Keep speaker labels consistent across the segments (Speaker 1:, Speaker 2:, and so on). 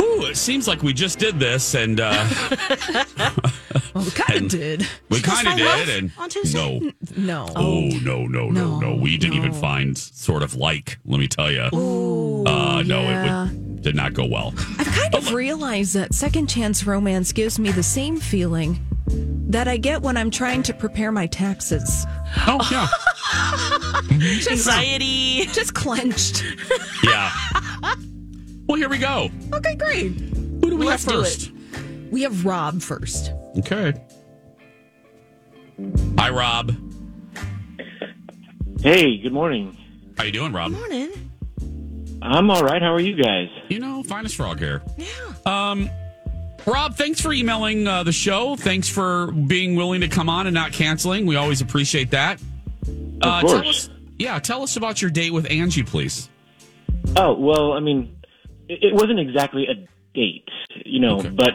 Speaker 1: Ooh, it seems like we just did this, and uh,
Speaker 2: Well, we kind of
Speaker 1: And-
Speaker 2: did.
Speaker 1: we
Speaker 3: Just
Speaker 1: kind of
Speaker 3: my love
Speaker 1: did. And
Speaker 3: on Tuesday?
Speaker 1: no,
Speaker 2: No.
Speaker 1: oh no, no, no, no,
Speaker 2: No,
Speaker 1: we didn't even
Speaker 2: no.
Speaker 1: find sort of like. Let me tell you, uh,
Speaker 2: Ooh,
Speaker 1: no,
Speaker 2: yeah.
Speaker 1: it would, Oh, did not go well.
Speaker 2: I've kind of realized that second chance romance gives me the same feeling that I get when I'm trying to prepare my taxes.
Speaker 1: Oh yeah,
Speaker 3: Anxiety.
Speaker 2: Just clenched.
Speaker 1: yeah. Well, here we go.
Speaker 2: Okay, great.
Speaker 1: Who do we
Speaker 3: Let's
Speaker 1: have
Speaker 3: do
Speaker 1: first?
Speaker 2: We have Rob first.
Speaker 1: Okay. Hi, Rob.
Speaker 4: Hey, good morning.
Speaker 1: How you doing, Rob?
Speaker 3: Morning.
Speaker 4: I'm all right. How are you guys?
Speaker 1: You know, finest frog here.
Speaker 3: Yeah.
Speaker 1: Um, Rob, thanks for emailing uh, the show. Thanks for being willing to come on and not canceling. We always appreciate that. uh, Tell
Speaker 4: course.
Speaker 1: us, yeah, tell us about your date with Angie, please.
Speaker 4: Oh, well, I mean, it, it wasn't exactly a date, you know,
Speaker 1: Okay.
Speaker 4: but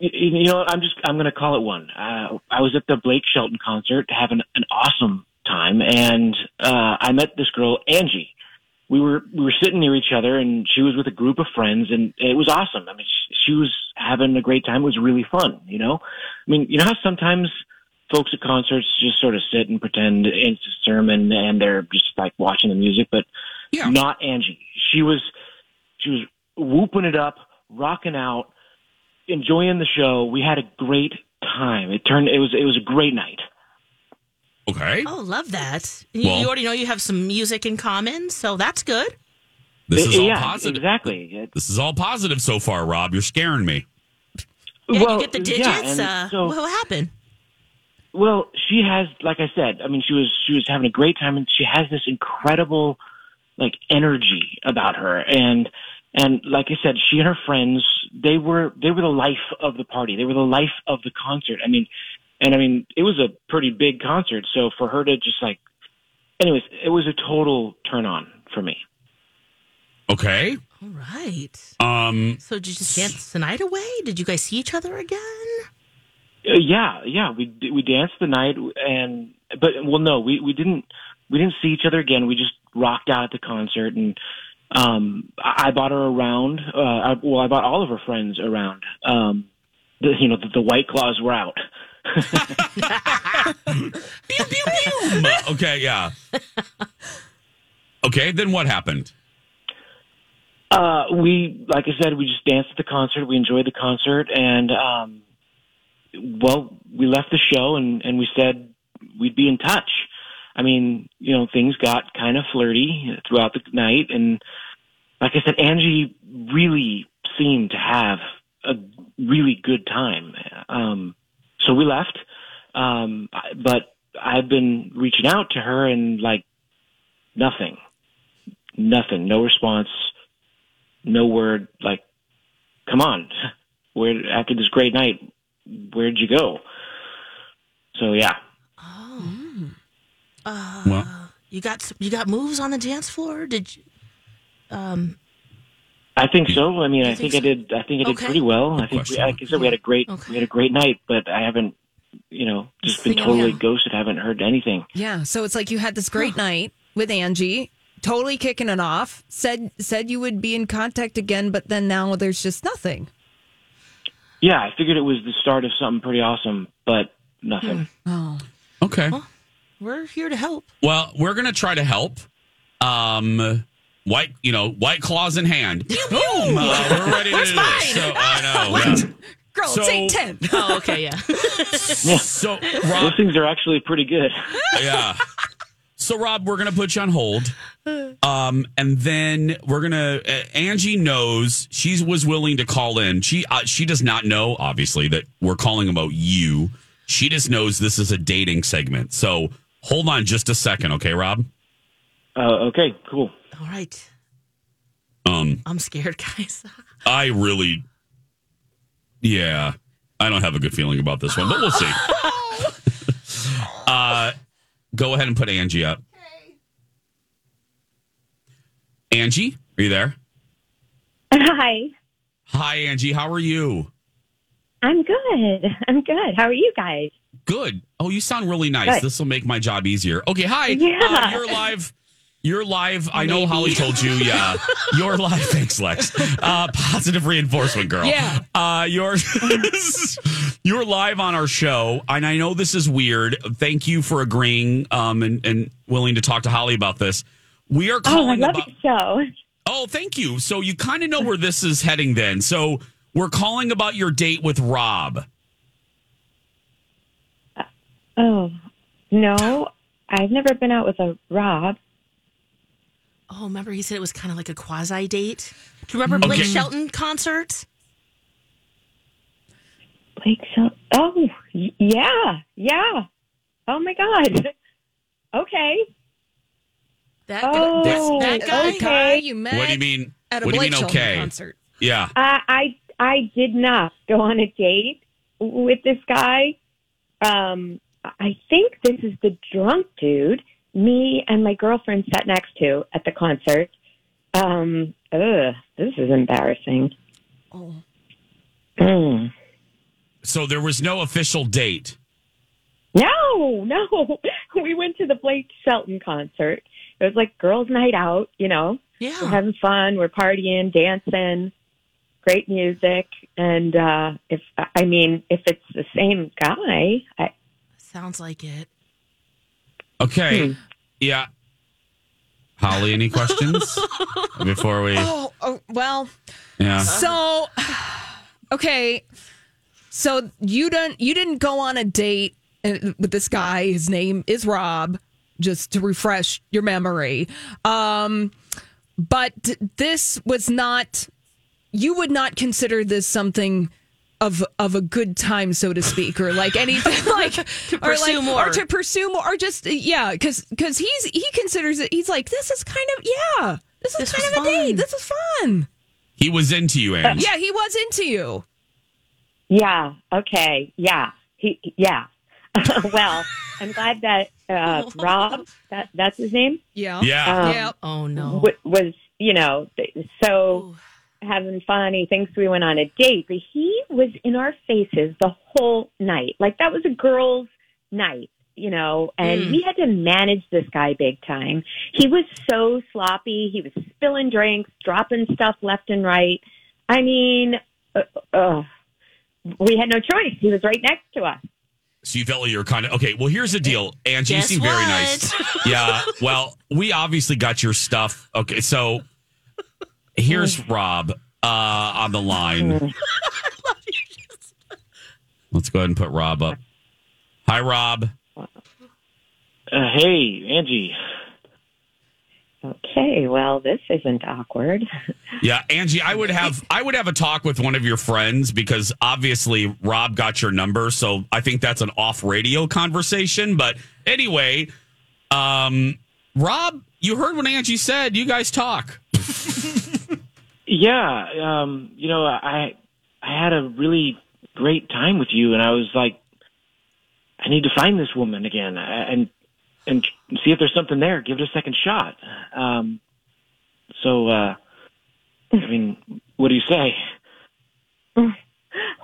Speaker 4: y- you know, I'm just I'm going to call it one. Uh, I was at the Blake Shelton concert having an awesome time and uh I met this girl Angie. We were we were sitting near each other and she was with a group of friends and it was awesome. I mean, she, she was having a great time. It was really fun, you know? I mean, you know how sometimes folks at concerts just sort of sit and pretend it's a sermon and they're just like watching the music, but
Speaker 1: Yeah.
Speaker 4: not Angie. She was she was whooping it up, rocking out, enjoying the show. We had a great time. It turned it was it was a great night.
Speaker 1: Okay.
Speaker 3: Oh, love that. You,
Speaker 1: Well-
Speaker 3: you already know you have some music in common, so that's good.
Speaker 1: This is all
Speaker 4: yeah,
Speaker 1: positive.
Speaker 4: exactly. It-
Speaker 1: This is all positive so far, Rob. You're scaring me.
Speaker 3: Yeah,
Speaker 4: well,
Speaker 3: you get the
Speaker 4: yeah,
Speaker 3: digits.
Speaker 4: and
Speaker 3: uh,
Speaker 4: so-
Speaker 3: what happened?
Speaker 4: Well, she has, like I said, I mean, she was she was having a great time, and she has this incredible, like, energy about her, and and like I said, she and her friends, they were they were the life of the party, they were the life of the concert. I mean, and I mean, it was a pretty big concert, so for her to just like, anyways, it was a total turn on for me.
Speaker 1: Okay.
Speaker 3: All right.
Speaker 1: Um.
Speaker 3: So did you just dance the night away? Did you guys see each other again?
Speaker 4: Uh, yeah, yeah, we d- we danced the night, and but well, no, we we didn't we didn't see each other again. We just rocked out at the concert, and um, I, I bought her around. Uh, I, well, I bought all of her friends around. Um, the, you know, the, the white claws were out.
Speaker 1: pew, pew, pew. okay. Yeah. Okay. Then what happened?
Speaker 4: Uh, we, like I said, we just danced at the concert. We enjoyed the concert, and um, well, we left the show, and and we said we'd be in touch. I mean, you know, things got kind of flirty throughout the night, and like I said, Angie really seemed to have a really good time. Um, so we left, um, I- but I've been reaching out to her, and like nothing, nothing, no response no word like come on where after this great night where'd you go so yeah
Speaker 3: Oh. Uh,
Speaker 1: Well-
Speaker 3: you got s- you got moves on the dance floor? Did you? Um.
Speaker 4: i think so i mean i
Speaker 3: think
Speaker 4: think i did i think i did
Speaker 3: Okay.
Speaker 4: pretty well
Speaker 1: Good
Speaker 4: i think we,
Speaker 1: question.
Speaker 4: like i said we had a great
Speaker 3: Okay.
Speaker 4: we had a great night but i haven't you know just been
Speaker 3: Yeah.
Speaker 4: totally ghosted haven't heard anything
Speaker 2: Yeah. So it's like you had this great night with Angie, totally kicking it off. Said said you would be in contact again, but then now there's just nothing.
Speaker 4: yeah i figured it was the start of something pretty awesome but nothing
Speaker 2: Oh.
Speaker 1: Okay.
Speaker 3: We're here to help.
Speaker 1: Well, we're gonna try to help. Um, white, you know, white claws in hand. Boom! Uh, we're ready to do this. So I know. yeah.
Speaker 2: Girl,
Speaker 1: So-
Speaker 2: say 10.
Speaker 3: Oh, okay, yeah.
Speaker 1: So, Rob,
Speaker 3: Hmm.
Speaker 4: Those things are actually pretty good.
Speaker 1: yeah. So, Rob, we're going to put you on hold. Um, and then we're going to, uh, Angie knows she was willing to call in. She, uh, she does not know, obviously, that we're calling about you. She just knows this is a dating segment. So, hold on just a second, okay, Rob?
Speaker 4: Uh, okay, cool.
Speaker 3: All right.
Speaker 1: Um,
Speaker 3: I'm scared, guys.
Speaker 1: I really, yeah, I don't have a good feeling about this one, but we'll see. uh, go ahead and put Angie up. Angie, are you there?
Speaker 5: Hi.
Speaker 1: Hi, Angie. How are you?
Speaker 5: I'm good. I'm good. How are you guys?
Speaker 1: Good. Oh, you sound really nice.
Speaker 5: Good.
Speaker 1: This will make my job easier. Okay. Hi.
Speaker 5: Yeah.
Speaker 1: Uh, you're live. You're live. I know Holly told you. Yeah. You're live. Thanks, Lex. Uh, positive reinforcement, girl.
Speaker 2: Yeah.
Speaker 1: Uh, you're you're live on our show, and I know this is weird. Thank you for agreeing um, and and willing to talk to Holly about this. We are
Speaker 5: Oh, I
Speaker 1: calling
Speaker 5: love
Speaker 1: about.
Speaker 5: the show.
Speaker 1: Oh, thank you. So you kind of know where this is heading. Then, so we're calling about your date with Rob.
Speaker 5: Oh, no. I've never been out with a Rob.
Speaker 3: Oh, remember he said it was kind of like a quasi date? Do you remember Blake
Speaker 1: Okay.
Speaker 3: Shelton concert?
Speaker 5: Blake Shel Oh, y- yeah. Yeah. Oh, my God. Okay.
Speaker 3: That,
Speaker 5: Oh,
Speaker 3: that, that guy?
Speaker 5: okay.
Speaker 2: Guy you met
Speaker 1: What do you mean?
Speaker 2: at a
Speaker 1: what do you
Speaker 2: Blake
Speaker 1: mean?
Speaker 2: Shelton
Speaker 1: Okay.
Speaker 2: concert.
Speaker 1: Yeah.
Speaker 5: Uh, I, I did not go on a date with this guy. Um, I think this is the drunk dude me and my girlfriend sat next to at the concert. Um, ugh, this is embarrassing.
Speaker 2: Oh.
Speaker 5: Mm.
Speaker 1: So there was no official date.
Speaker 5: No, no. We went to the Blake Shelton concert. It was like girls' night out, you know. We're
Speaker 3: Yeah.
Speaker 5: having fun, we're partying, dancing, great music. And uh if I mean, if it's the same guy, I
Speaker 3: Sounds like it.
Speaker 1: Okay.
Speaker 3: Hmm.
Speaker 1: Yeah. Holly, any questions before we?
Speaker 2: Oh, oh, well,
Speaker 1: Yeah.
Speaker 2: so okay. So you don't you didn't go on a date uh, with this guy. His name is Rob, just to refresh your memory. Um but this was not you would not consider this something of of a good time, so to speak, or like anything like or
Speaker 3: pursue
Speaker 2: like
Speaker 3: more.
Speaker 2: or to pursue more, or just yeah, because because he's he considers it. He's like this is kind of yeah, this is
Speaker 3: This
Speaker 2: kind
Speaker 3: was
Speaker 2: of a date.
Speaker 3: fun.
Speaker 2: This is fun.
Speaker 1: He was into you, Angie.
Speaker 2: Yeah, he was into you.
Speaker 5: yeah, okay. Yeah. He yeah. well, I'm glad that uh Rob, that that's his name.
Speaker 2: Yeah.
Speaker 1: Yeah.
Speaker 5: Um,
Speaker 2: Yep.
Speaker 3: Oh, no.
Speaker 5: w- was you know th- so
Speaker 3: Ooh.
Speaker 5: having fun he thinks we went on a date but he was in our faces the whole night like that was a girls night you know and we had to manage this guy big time he was so sloppy he was spilling drinks dropping stuff left and right i mean uh, uh, we had no choice he was right next to us
Speaker 1: So you felt like you were kind of okay. Well, here's the deal, Angie. You
Speaker 3: Guess
Speaker 1: seem very
Speaker 3: what?
Speaker 1: nice. Yeah. Well, we obviously got your stuff. Okay. So here's
Speaker 3: Hmm.
Speaker 1: Rob uh, on the line. Let's go ahead and put Rob up. Hi, Rob.
Speaker 4: Uh, hey, Angie.
Speaker 5: okay well this isn't awkward
Speaker 1: Yeah, Angie, I would have I would have a talk with one of your friends because obviously Rob got your number, so I think that's an off radio conversation. But anyway, um, Rob, you heard what Angie said. You guys talk.
Speaker 4: Yeah, um, you know, I I had a really great time with you, and I was like, I need to find this woman again I- and and see if there's something there. Give it a second shot. Um, so, uh, I mean, what do you say?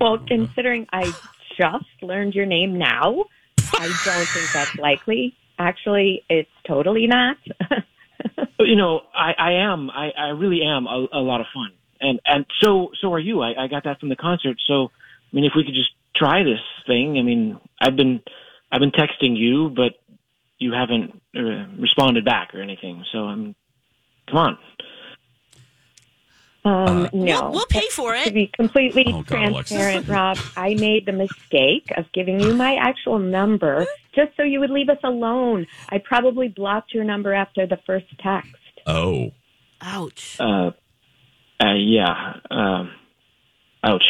Speaker 5: Well, considering I just learned your name now, I don't think that's likely. Actually, it's totally not.
Speaker 4: You know, I, I am. I, I really am a, a lot of fun, and and so so are you. I, I got that from the concert. So, I mean, if we could just try this thing. I mean, I've been I've been texting you, but you haven't uh, responded back or anything. So, I'm come on.
Speaker 5: Um, no,
Speaker 3: We'll- we'll pay for
Speaker 5: To
Speaker 3: it.
Speaker 5: be completely
Speaker 1: Oh, God, Alexis.
Speaker 5: transparent, Rob, I made the mistake of giving you my actual number just so you would leave us alone. I probably blocked your number after the first text.
Speaker 1: Oh.
Speaker 3: Ouch.
Speaker 4: Uh, uh, yeah. Um, ouch.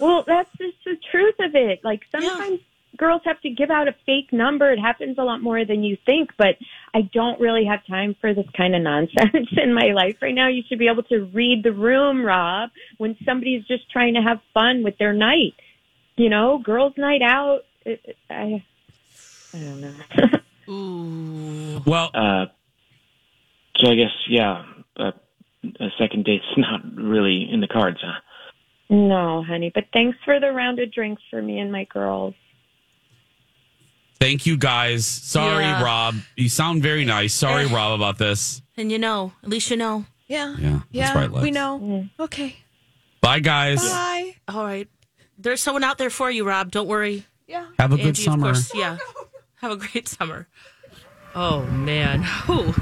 Speaker 5: Well, that's just the truth of it. Like sometimes girls have to give out a fake number. It happens a lot more than you think, but I don't really have time for this kind of nonsense in my life right now. You should be able to read the room, Rob, when somebody's just trying to have fun with their night. You know, girls' night out. It, it- I, I don't know.
Speaker 3: Ooh.
Speaker 1: Well,
Speaker 4: Uh, so I guess yeah, uh, a second date's not really in the cards, huh?
Speaker 5: no, honey, but thanks for the round of drinks for me and my girls.
Speaker 1: thank you guys. Sorry,
Speaker 3: Yeah.
Speaker 1: Rob. You sound very nice. Sorry, Rob, about this.
Speaker 3: And you know, at least you know.
Speaker 2: Yeah.
Speaker 1: Yeah, that's
Speaker 2: Yeah.
Speaker 1: right, Lex.
Speaker 2: we know. Okay.
Speaker 1: Bye, guys.
Speaker 2: Bye.
Speaker 3: All right. There's someone out there for you, Rob. Don't worry.
Speaker 1: Have a good
Speaker 3: Angie,
Speaker 1: summer.
Speaker 3: Of course, yeah. Have a great summer. Oh man. Whew.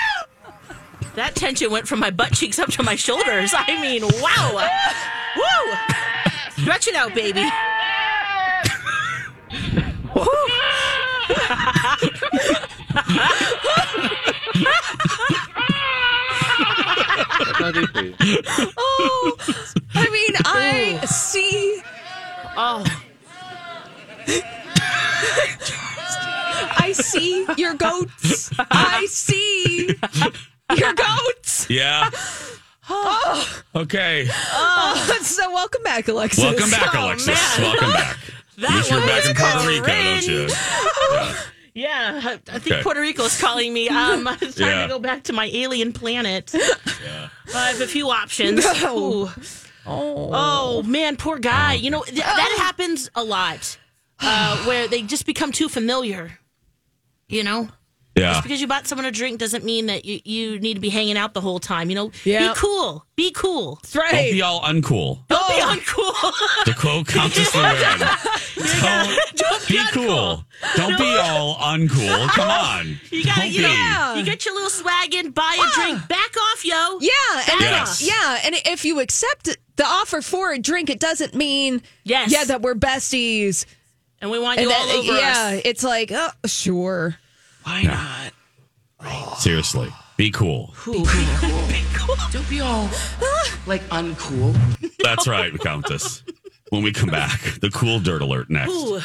Speaker 3: Whew. That tension went from my butt cheeks up to my shoulders. I mean, wow. Woo! Stretch it out, baby. Whew.
Speaker 2: Oh, I mean, I see.
Speaker 3: Oh,
Speaker 2: I see your goats. I see your goats.
Speaker 1: Yeah. Okay.
Speaker 2: So welcome back, Alexis. Um,
Speaker 1: Welcome back,
Speaker 3: Oh,
Speaker 1: Alexis.
Speaker 3: man.
Speaker 1: Welcome back.
Speaker 3: that
Speaker 1: At least you're
Speaker 3: one
Speaker 1: back
Speaker 3: was
Speaker 1: in Puerto Rico,
Speaker 3: cringe.
Speaker 1: don't you?
Speaker 3: Yeah, I- I think
Speaker 1: Okay.
Speaker 3: Puerto Rico is calling me. Um, it's time
Speaker 1: Yeah.
Speaker 3: to go back to my alien planet. I have a few options.
Speaker 2: No.
Speaker 3: Ooh. Oh. man, poor guy. You know th-
Speaker 2: Oh.
Speaker 3: that happens a lot, uh, where they just become too familiar. You know,
Speaker 1: Yeah.
Speaker 3: because you bought someone a drink doesn't mean that you, you need to be hanging out the whole time. You know,
Speaker 2: Yeah.
Speaker 3: be cool. Be cool.
Speaker 2: That's right.
Speaker 1: Don't be all uncool.
Speaker 3: Don't
Speaker 2: Oh.
Speaker 3: be uncool.
Speaker 1: The quote Countess Lorraine. Don't, be cool. Don't be all uncool. Come on.
Speaker 3: you gotta,
Speaker 1: Don't
Speaker 3: you know,
Speaker 1: be.
Speaker 3: you get your little swag in, buy a drink, back off, yo.
Speaker 2: Yeah, and uh,
Speaker 1: Yes.
Speaker 2: yeah, and if you accept the offer for a drink, it doesn't mean
Speaker 3: Yes.
Speaker 2: yeah, that we're besties.
Speaker 3: And we want
Speaker 2: And
Speaker 3: you
Speaker 2: that,
Speaker 3: all over
Speaker 2: yeah,
Speaker 3: us.
Speaker 2: it's like, oh, sure.
Speaker 6: Why not?
Speaker 1: Seriously. Be cool.
Speaker 6: Cool. Be cool. Don't be all like uncool.
Speaker 1: That's right, Countess. When we come back, the cool dirt alert next.
Speaker 3: Ooh.